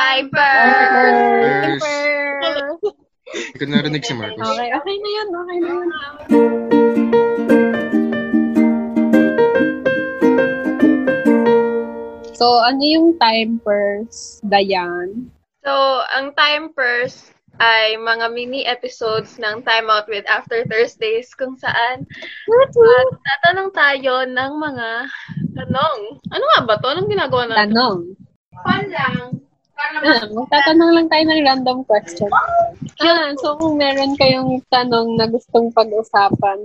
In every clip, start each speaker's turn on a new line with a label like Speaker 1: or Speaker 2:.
Speaker 1: Diaper!
Speaker 2: First.
Speaker 3: Diaper!
Speaker 2: Hindi ko narinig si Marcos.
Speaker 3: Okay, okay na yun. Okay na yun. So, ano yung time first, Dayan?
Speaker 1: So, ang time first ay mga mini episodes ng Time Out with After Thursdays kung saan at tatanong tayo ng mga tanong. Ano nga ba to? Anong ginagawa natin?
Speaker 3: Tanong.
Speaker 1: Fun lang.
Speaker 3: Ah, magtatanong lang tayo ng random question. Ah, so kung meron kayong tanong na gustong pag-usapan,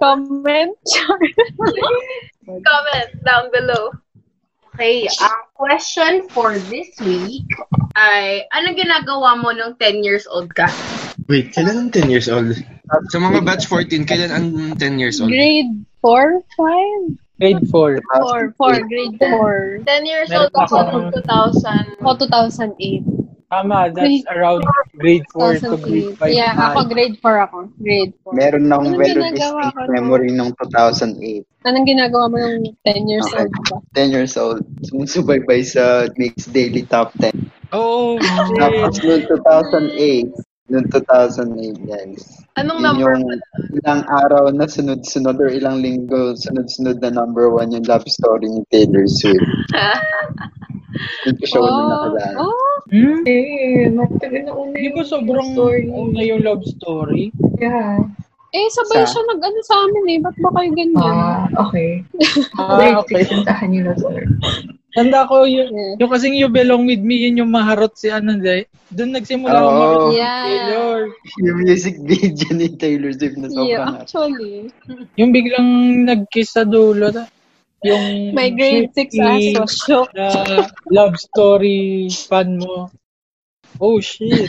Speaker 3: comment. Char.
Speaker 1: Comment down below.
Speaker 4: Okay, ang question for this week ay, ano ginagawa mo nung 10 years old ka?
Speaker 2: Wait, kailan ang 10 years old? Sa mga batch 14, kailan ang 10 years old?
Speaker 3: grade 4, 5?
Speaker 5: Grade
Speaker 3: 4,
Speaker 5: 4.
Speaker 3: 4, grade 4.
Speaker 1: 10 years
Speaker 5: Meron
Speaker 1: old ako
Speaker 5: pa
Speaker 1: noong
Speaker 5: akong-
Speaker 1: 2000.
Speaker 3: O 2008.
Speaker 5: Tama, that's
Speaker 3: Grade-
Speaker 5: around grade 4 to
Speaker 3: 2008.
Speaker 5: grade
Speaker 3: Oh,
Speaker 5: 5.
Speaker 3: Yeah, ako grade 4 ako. Grade 4.
Speaker 6: Meron na akong
Speaker 3: Anong
Speaker 6: very
Speaker 3: ginagawa Ano
Speaker 6: distinct
Speaker 3: ko nun?
Speaker 6: memory nung 2008.
Speaker 3: Anong ginagawa mo yung 10 years
Speaker 6: Okay.
Speaker 3: old ka?
Speaker 6: 10 years old. Sumusubaybay sa Mix Daily Top 10.
Speaker 5: Oh,
Speaker 6: Tapos
Speaker 5: shit.
Speaker 6: noong 2008, noong 2008, guys.
Speaker 1: Anong
Speaker 6: Yun
Speaker 1: number?
Speaker 6: yung ilang araw na sunod-sunod or ilang linggo sunod-sunod na number one yung love story ni Taylor Swift. Yung show na nakalala.
Speaker 3: Oh, oh,
Speaker 5: Hmm?
Speaker 7: Eh, matagal na una
Speaker 5: Di
Speaker 7: yung
Speaker 5: ba sobrang
Speaker 7: story.
Speaker 5: una yung love story?
Speaker 7: Yeah.
Speaker 3: eh, sabay
Speaker 6: Sa-
Speaker 3: siya nag-ano sa amin eh. Ba't ba kayo ganyan?
Speaker 7: Ah, okay.
Speaker 5: Ah, okay.
Speaker 7: Sintahan yung story.
Speaker 5: Tanda ko yung,
Speaker 3: Yeah.
Speaker 5: yung kasing You Belong With Me, yun yung maharot si Ananday. Doon nagsimula ako
Speaker 6: Oo.
Speaker 5: maharot si
Speaker 3: Yeah.
Speaker 5: Taylor.
Speaker 6: Yung music video ni Taylor Swift na
Speaker 3: Yeah,
Speaker 6: sobrang
Speaker 3: actually.
Speaker 5: Yung biglang nag-kiss sa dulo. ta- Yung
Speaker 3: My grade 6
Speaker 5: shitty
Speaker 3: aso. Shook.
Speaker 5: na love story fan mo. Oh, shit.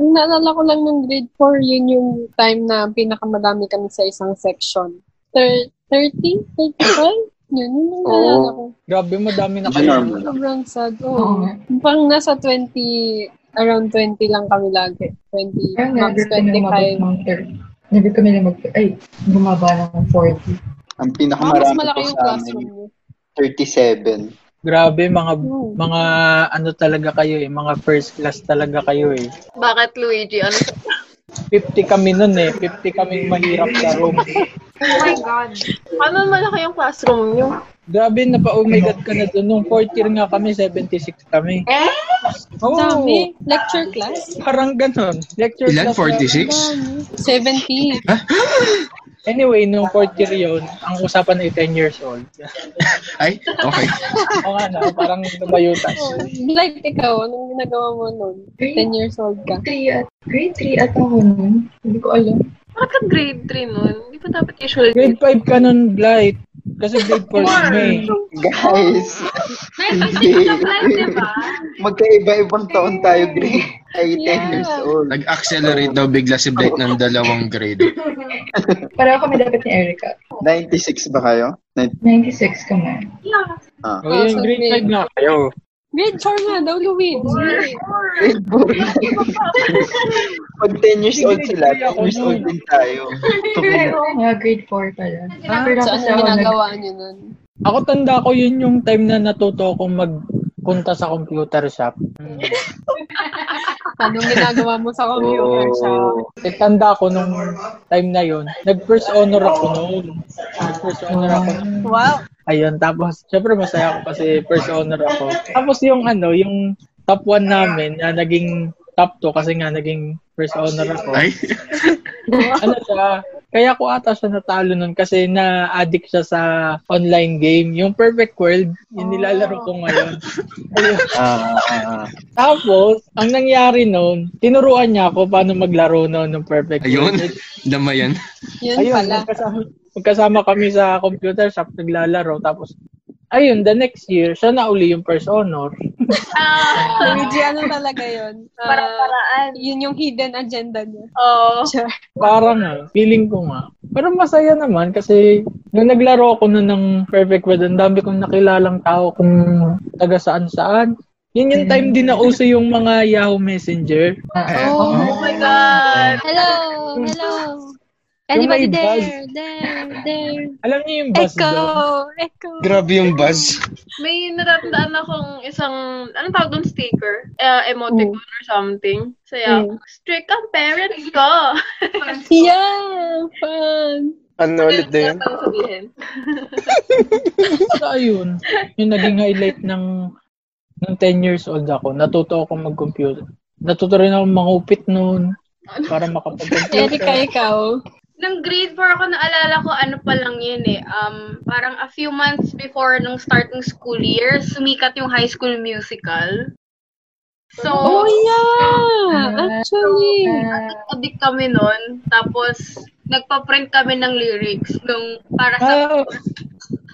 Speaker 3: Ang naalala ko lang nung grade 4, yun yung time na pinakamadami kami sa isang section. Thir- 30? 35? Yun, yun yung naalala
Speaker 6: Oh.
Speaker 3: ko.
Speaker 5: Grabe, madami na
Speaker 6: Yun,
Speaker 5: kayo.
Speaker 6: normal.
Speaker 3: Sobrang sad.
Speaker 7: Oo
Speaker 3: Oo.
Speaker 7: nga.
Speaker 3: Pang nasa 20, around 20 lang kami lagi. 20,
Speaker 7: Parang
Speaker 3: max
Speaker 7: never kami lumabas
Speaker 3: 25.
Speaker 7: ng 30. Never kami lumag... Ay, bumaba ng 40.
Speaker 6: Ang
Speaker 3: Parang Ah, mas
Speaker 6: pinakamarami
Speaker 3: malaki
Speaker 6: ko
Speaker 3: yung
Speaker 6: sa amin,
Speaker 3: classroom mo.
Speaker 6: 37.
Speaker 5: Grabe, mga
Speaker 3: Oo.
Speaker 5: mga ano talaga kayo eh, mga first class talaga kayo eh.
Speaker 1: Bakit Luigi? Ano?
Speaker 5: 50 kami nun eh, 50 kami mahirap sa room.
Speaker 4: Oh my God.
Speaker 1: Ano malaki yung classroom nyo?
Speaker 5: Grabe, napa oh my god ka na doon. Nung fourth year nga kami, 76 kami.
Speaker 4: Eh?
Speaker 5: Oo,
Speaker 3: Dami. Lecture class.
Speaker 5: parang ganun. Lecture
Speaker 2: Ilan?
Speaker 5: class na-
Speaker 2: 46?
Speaker 3: Dami. 70.
Speaker 5: Anyway, nung fourth year yun, ang usapan ay 10 years old.
Speaker 2: Ay, okay.
Speaker 5: Oo nga na, parang nabayutas.
Speaker 3: Oh, like ikaw, anong ginagawa mo noon? 10 years old ka.
Speaker 7: Three at... Grade 3 at ako nun. Hindi ko alam.
Speaker 1: Bakit ka grade 3 nun? Hindi pa dapat usually
Speaker 5: Grade 5 ka nun, Blight. Kasi grade 4 si May.
Speaker 6: Guys, hindi. Magkaiba-ibang taon tayo, grade. Ay, 10
Speaker 3: Yeah.
Speaker 6: years old.
Speaker 2: Nag-accelerate daw bigla si Blake ng dalawang grade.
Speaker 7: Pareho kami dapat ni Erica.
Speaker 6: 96 ba kayo? 90,
Speaker 7: 96 kami.
Speaker 6: ah.
Speaker 5: Oh, yun, grade 5 nga kayo.
Speaker 3: Grade 4 nga daw, Luigi.
Speaker 6: Grade 4. Pag 10 years old sila, 10 years old din tayo.
Speaker 7: Pero oo nga, grade 4 pala.
Speaker 3: Ah,
Speaker 7: Pero
Speaker 3: so, anong
Speaker 7: kasi ako nag-
Speaker 3: ginagawa niyo nun?
Speaker 5: Ako tanda ko yun yung time na natuto akong magpunta sa computer shop.
Speaker 3: Anong ginagawa mo sa computer siya?
Speaker 5: Eh, tanda ko nung time na yun, nag-first honor ako noon. Nag-first honor ako.
Speaker 3: Wow.
Speaker 5: Ayun, tapos syempre masaya ako kasi first honor ako. Tapos yung ano, yung top 1 namin na naging top 2 kasi nga naging first honor ako.
Speaker 2: Ay,
Speaker 5: ano siya, kaya ko ata siya natalo nun kasi na-addict siya sa online game. Yung Perfect World, yung nilalaro ko ngayon. Ayun.
Speaker 6: Ah, ah, ah.
Speaker 5: Tapos, ang nangyari nun, tinuruan niya ako paano maglaro nun ng Perfect
Speaker 2: ayun.
Speaker 5: World.
Speaker 2: Damayan.
Speaker 3: Yun
Speaker 5: Ayun,
Speaker 3: pala.
Speaker 5: magkasama, magkasama kami sa computer shop, naglalaro. Tapos, ayun, the next year, siya na uli yung first honor.
Speaker 4: Ah.
Speaker 3: Luigi, ano talaga yun? Ah,
Speaker 1: Para-paraan.
Speaker 3: yun yung hidden agenda niya.
Speaker 1: Oo.
Speaker 3: Sure.
Speaker 5: Parang nga, feeling ko nga. Pero masaya naman kasi nung naglaro ako nun ng Perfect World, ang dami kong nakilalang tao kung taga saan-saan. Yun yung time din na uso yung mga Yahoo Messenger.
Speaker 7: Ah,
Speaker 2: Eh,
Speaker 7: oo.
Speaker 1: Oh my Oh God!
Speaker 3: Hello! Hello! Anybody
Speaker 5: may
Speaker 3: there,
Speaker 5: buzz.
Speaker 3: there, there.
Speaker 5: Alam niyo yung buzz
Speaker 3: Echo,
Speaker 5: daw?
Speaker 3: echo.
Speaker 2: Grabe yung buzz.
Speaker 1: May natatandaan akong isang, anong tawag doon, sticker? Uh, emoticon
Speaker 4: Hmm.
Speaker 1: or something. Saya,
Speaker 3: Mm.
Speaker 1: strict ang parents ko.
Speaker 3: Yeah, fun.
Speaker 2: Ano ulit na yun?
Speaker 1: Ano ang sabihin?
Speaker 5: So, ayun. Yung naging highlight ng ng 10 years old ako, natuto ako mag-computer. Natuto rin ako mangupit noon para
Speaker 3: Erika,
Speaker 5: makapag-computer.
Speaker 3: ikaw.
Speaker 4: Nung grade 4 ako, naalala ko, ano pa lang yun eh. Um, parang a few months before nung starting school year, sumikat yung high school musical. So,
Speaker 3: Oh, yeah! Actually.
Speaker 7: Ah,
Speaker 4: tabi kami nun. Tapos, nagpa-print kami ng lyrics nung para sa
Speaker 5: Ah,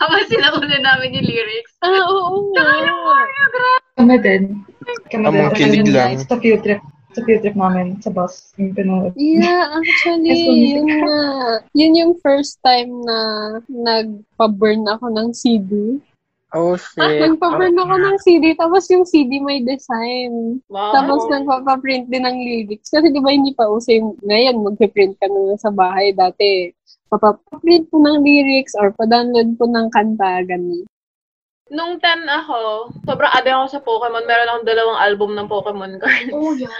Speaker 4: habang sinauna namin yung lyrics.
Speaker 3: Ah, oo nga.
Speaker 7: Kami din. Kami
Speaker 2: Ang mga
Speaker 7: din.
Speaker 2: kilig
Speaker 7: Kami din
Speaker 2: lang.
Speaker 7: guys, Sa field trip. Sa field trip namin. Sa bus. Yung pinunod.
Speaker 3: Yeah,
Speaker 7: High school
Speaker 3: actually,
Speaker 7: music.
Speaker 3: yun na. Yun yung first time na nagpa-burn ako ng CD.
Speaker 5: oh, shit.
Speaker 3: Nagpa-burn ako ng CD, tapos yung CD may design.
Speaker 1: Wow.
Speaker 3: Tapos nagpapaprint din ng lyrics. Kasi di ba hindi pa uso yung, ngayon magpiprint ka na lang sa bahay dati. Papaprint po ng lyrics or pa-download po ng kanta, ganun.
Speaker 1: Nung 10 ako, sobrang abe ako sa Pokemon. Meron akong dalawang album ng Pokemon cards.
Speaker 4: Oh, yeah.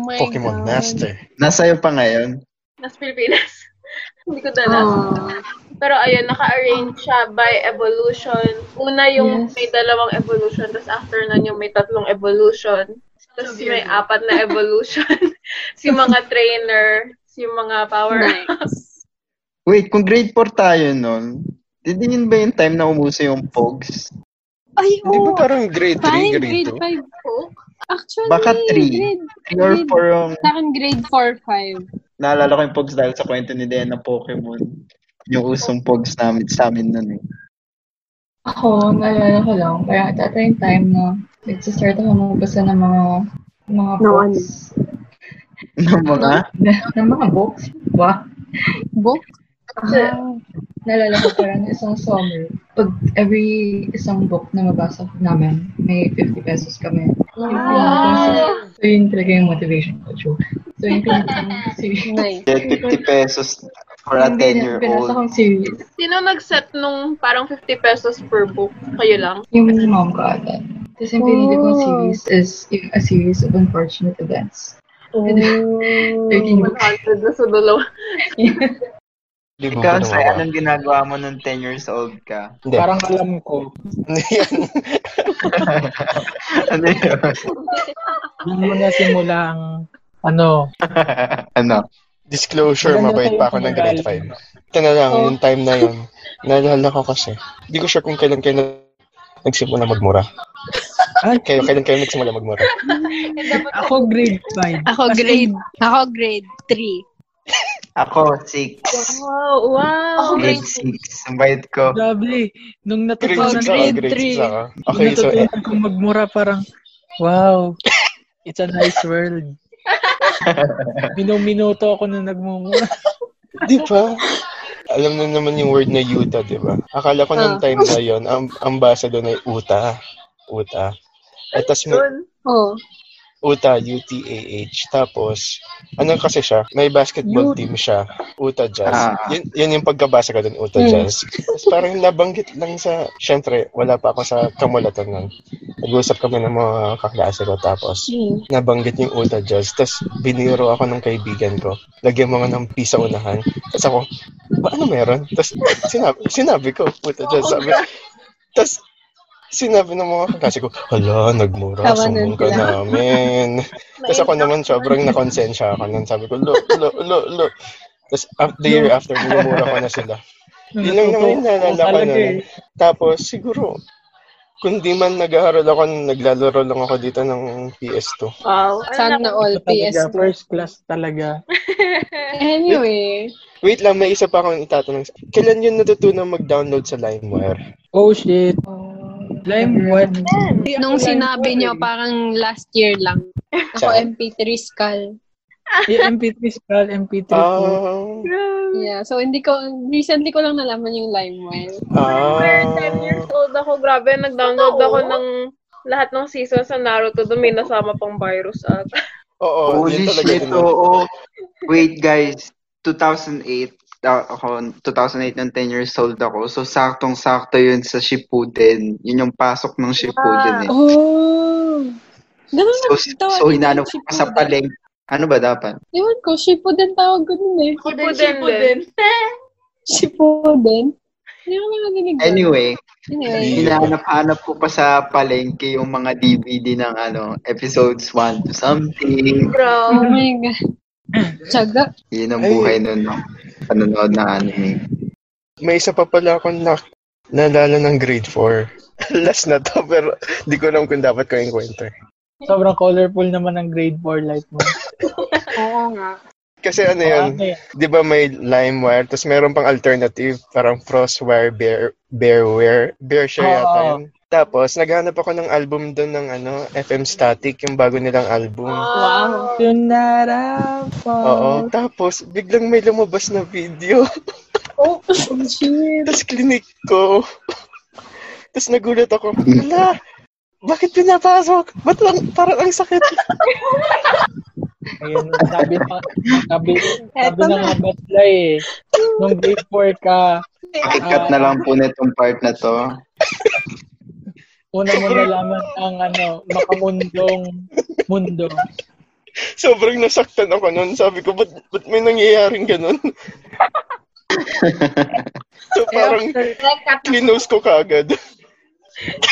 Speaker 3: Oh my God.
Speaker 2: Pokemon Master.
Speaker 6: Nasa'yo pa ngayon?
Speaker 1: Nas Pilipinas. Hindi ko dala.
Speaker 3: Ah,
Speaker 1: Pero ayun, naka-arrange siya by evolution. Una yung
Speaker 7: Yes.
Speaker 1: may dalawang evolution, tapos after nun yung may tatlong evolution. Tapos may apat na evolution. si mga trainer, si mga power.
Speaker 3: nice.
Speaker 6: Wait, kung grade 4 tayo nun, did yun ba yung time na umuso yung Pogs?
Speaker 3: Ay,
Speaker 2: Hindi ba
Speaker 3: oo.
Speaker 2: parang grade
Speaker 3: Five,
Speaker 2: 3, grade
Speaker 3: grade
Speaker 2: 2?
Speaker 3: five po. Actually,
Speaker 6: Baka three.
Speaker 3: grade,
Speaker 6: 3 or
Speaker 3: grade,
Speaker 6: 4 yung
Speaker 3: sa akin grade 4-5.
Speaker 6: Naalala ko yung Pogs dahil sa kwento ni Dea na Pokemon. Yung usong Pogs namin sa amin nun eh.
Speaker 7: Ako, naalala ko lang. Kaya at ata yung time na nagsistart ako magbasa ng mga mga
Speaker 3: No,
Speaker 7: books.
Speaker 6: Ng mga?
Speaker 7: ng mga books? Ba?
Speaker 3: Book?
Speaker 7: Kasi, naalala ko parang isang summer, pag every isang book na mabasa namin, may 50 pesos kami. Yung pinaka- So, yun talaga yung motivation ko, Chu. So, yun talaga yung series.
Speaker 3: Nice.
Speaker 6: Yeah, 50 pesos for a
Speaker 7: Hindi na, binasa
Speaker 6: 10-year-old.
Speaker 7: kong series.
Speaker 1: Sino nag-set nung parang 50 pesos per book? Kayo lang?
Speaker 7: Yung mom ko ata. Tapos yung pinili kong
Speaker 3: Oh.
Speaker 7: series is yung- a series of unfortunate events.
Speaker 3: Oh.
Speaker 7: 13 books.
Speaker 1: 100 na sa dalawa.
Speaker 2: Di ba?
Speaker 6: Ikaw,
Speaker 2: Ano
Speaker 6: Sai,
Speaker 2: ba?
Speaker 6: anong ginagawa mo nung 10 years old ka?
Speaker 2: Hindi.
Speaker 5: Parang alam ko.
Speaker 2: Ano yan?
Speaker 6: ano yun?
Speaker 5: Doon mo na simulang, ano,
Speaker 6: ano?
Speaker 2: Disclosure,
Speaker 5: Maganda
Speaker 2: mabait
Speaker 5: tayo
Speaker 2: pa ako ng grade
Speaker 5: mag-aral.
Speaker 2: 5. Ito na lang,
Speaker 3: Oh.
Speaker 2: yung time na yun. Naalala ko kasi. Hindi ko sure kung kailan kayo na- nagsimula magmura.
Speaker 3: Ah.
Speaker 5: Ay.
Speaker 2: Kayo, kailan kayo nagsimula magmura?
Speaker 5: ako grade 5.
Speaker 3: Ako grade, ako grade 3.
Speaker 6: Ako, 6.
Speaker 1: Wow, wow.
Speaker 6: Grade 6. Ang bait ko.
Speaker 5: Grabe. Nung
Speaker 2: Grade
Speaker 5: natutunan
Speaker 2: 6 ako,
Speaker 5: ko,
Speaker 3: grade
Speaker 2: grade 6
Speaker 3: three. Ano
Speaker 2: ako. Okay, so, eh,
Speaker 5: natutunan kong magmura parang, wow, it's a nice world. Minuminuto ako na nagmumura.
Speaker 2: Di ba? Alam na naman yung word na Utah, di ba? Akala ko nung
Speaker 3: Ah.
Speaker 2: time na yun, ang, ang basa doon ay Uta. Uta. At tas may
Speaker 1: Yun.
Speaker 3: Oh.
Speaker 2: Uta, U-T-A-H. Tapos, ano kasi siya? May basketball
Speaker 5: Ut-
Speaker 2: team siya. Uta Jazz.
Speaker 6: Ah.
Speaker 2: Yun, yun yung pagkabasa ko doon, Uta
Speaker 3: Mm.
Speaker 2: Jazz. Tapos parang nabanggit lang sa, syempre, wala pa ako sa kamulatan nun. Nag-uusap kami ng mga kaklase ko. Tapos,
Speaker 3: Hmm.
Speaker 2: nabanggit yung Uta Jazz. Tapos, biniro ako ng kaibigan ko. Lagyan mga ng pi sa unahan. Tapos ako, ba ano meron? Tapos, sinabi, sinabi ko, Uta Jazz. Sabi, tapos, sinabi ng mga kaklase ko, hala, nagmura,
Speaker 3: Tawanan
Speaker 2: sumbong ka
Speaker 3: sila."
Speaker 2: namin. Tapos ako naman, sobrang nakonsensya ako nun. Sabi ko, lo, lo, lo, lo. Tapos up the year after, minumura ko na sila. Yun lang naman yung naalala ko
Speaker 5: Talaga
Speaker 2: nun.
Speaker 5: eh.
Speaker 2: Tapos siguro, kung di man nag-aaral ako, naglalaro lang ako dito ng PS2.
Speaker 1: Wow. Ano
Speaker 3: Sana
Speaker 1: na?
Speaker 3: all
Speaker 5: Talaga,
Speaker 3: PS2.
Speaker 5: first class talaga.
Speaker 3: Anyway.
Speaker 2: Wait lang, may isa pa akong itatanong. Kailan yun natutunan mag-download sa LimeWire?
Speaker 5: Oh shit.
Speaker 3: Oh.
Speaker 5: Lime what?
Speaker 3: Nung sinabi niyo, parang last year lang. Ako
Speaker 2: Saan?
Speaker 3: MP3 skull.
Speaker 5: Yung MP3 skull, MP3 ko.
Speaker 2: Ah,
Speaker 3: Yeah, so hindi ko, recently ko lang nalaman yung LimeWire.
Speaker 2: ah.
Speaker 1: 10 years old ako. Grabe, nag-download ako ng lahat ng season sa Naruto. Doon may nasama pang virus at
Speaker 2: Oo, Oh,
Speaker 6: Holy
Speaker 2: yun talaga
Speaker 6: shit, oh.
Speaker 2: din.
Speaker 6: oo. Wait guys, 2008, uh, ako, 2008 nung 10 years old ako. So, saktong-sakto yun sa Shippuden. Yun yung pasok ng Shippuden eh.
Speaker 3: Oh! Ganun
Speaker 6: So, so, so hinanap ko pa sa palengke. Ano ba dapat?
Speaker 3: Iwan ko, Shippuden tawag ko nun eh.
Speaker 1: Shippuden
Speaker 3: Shippuden? Hindi ko lang narinig. yun.
Speaker 6: Anyway,
Speaker 3: Anyway.
Speaker 6: hinahanap-hanap ko pa sa palengke yung mga DVD ng ano, episodes 1 to something.
Speaker 3: Oh
Speaker 1: Bro.
Speaker 3: my God. Tsaga.
Speaker 6: Yun ang
Speaker 2: Ay.
Speaker 6: buhay nun, no? Panonood ng anime.
Speaker 2: May isa pa pala akong na, naalala ng grade 4. Last na to, pero di ko alam kung dapat ko encounter.
Speaker 5: Sobrang colorful naman ng grade 4 life mo.
Speaker 3: Oo nga.
Speaker 2: Kasi ano
Speaker 5: Ah,
Speaker 2: yun,
Speaker 5: ano yan?
Speaker 2: di ba may lime wire, tapos meron pang alternative, parang frostwire, bear, bearware, bearshare
Speaker 5: Oo.
Speaker 2: yata yun. Tapos, naghanap ako ng album doon ng ano, FM Static, yung bago nilang album.
Speaker 5: Wow. Tunarapa.
Speaker 2: Oo. Tapos, biglang may lumabas na video.
Speaker 3: Oh, shit.
Speaker 2: Tapos klinik ko. Tapos nagulat ako, ala, bakit pinapasok? Ba't lang, parang ang sakit.
Speaker 5: Ayun, sabi na, sabi, sabi
Speaker 3: Eto
Speaker 5: na
Speaker 3: na.
Speaker 5: nga Beslay eh. Nung grade 4 ka,
Speaker 6: Pakikat na lang po nitong part na to.
Speaker 5: una mo nalaman ang ano, makamundong mundo.
Speaker 2: Sobrang nasaktan ako noon. Sabi ko, ba't, ba't may nangyayaring ganun? so parang, klinos ko kagad.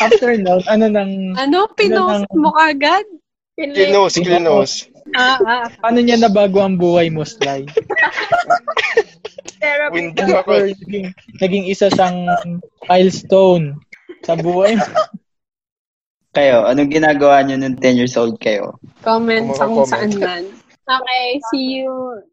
Speaker 5: After noon, ano nang,
Speaker 3: Ano? Pinost mo kagad?
Speaker 2: Klinos, klinos.
Speaker 3: Ah, ah.
Speaker 5: paano ano niya nabago ang buhay mo, Sly?
Speaker 2: Windy
Speaker 5: Ano
Speaker 2: ako.
Speaker 5: naging, naging isa siyang milestone sa buhay mo.
Speaker 6: Kayo, anong ginagawa nyo nung 10 years old kayo?
Speaker 3: Comment sa kung
Speaker 2: Comment.
Speaker 3: saan man. Okay, see you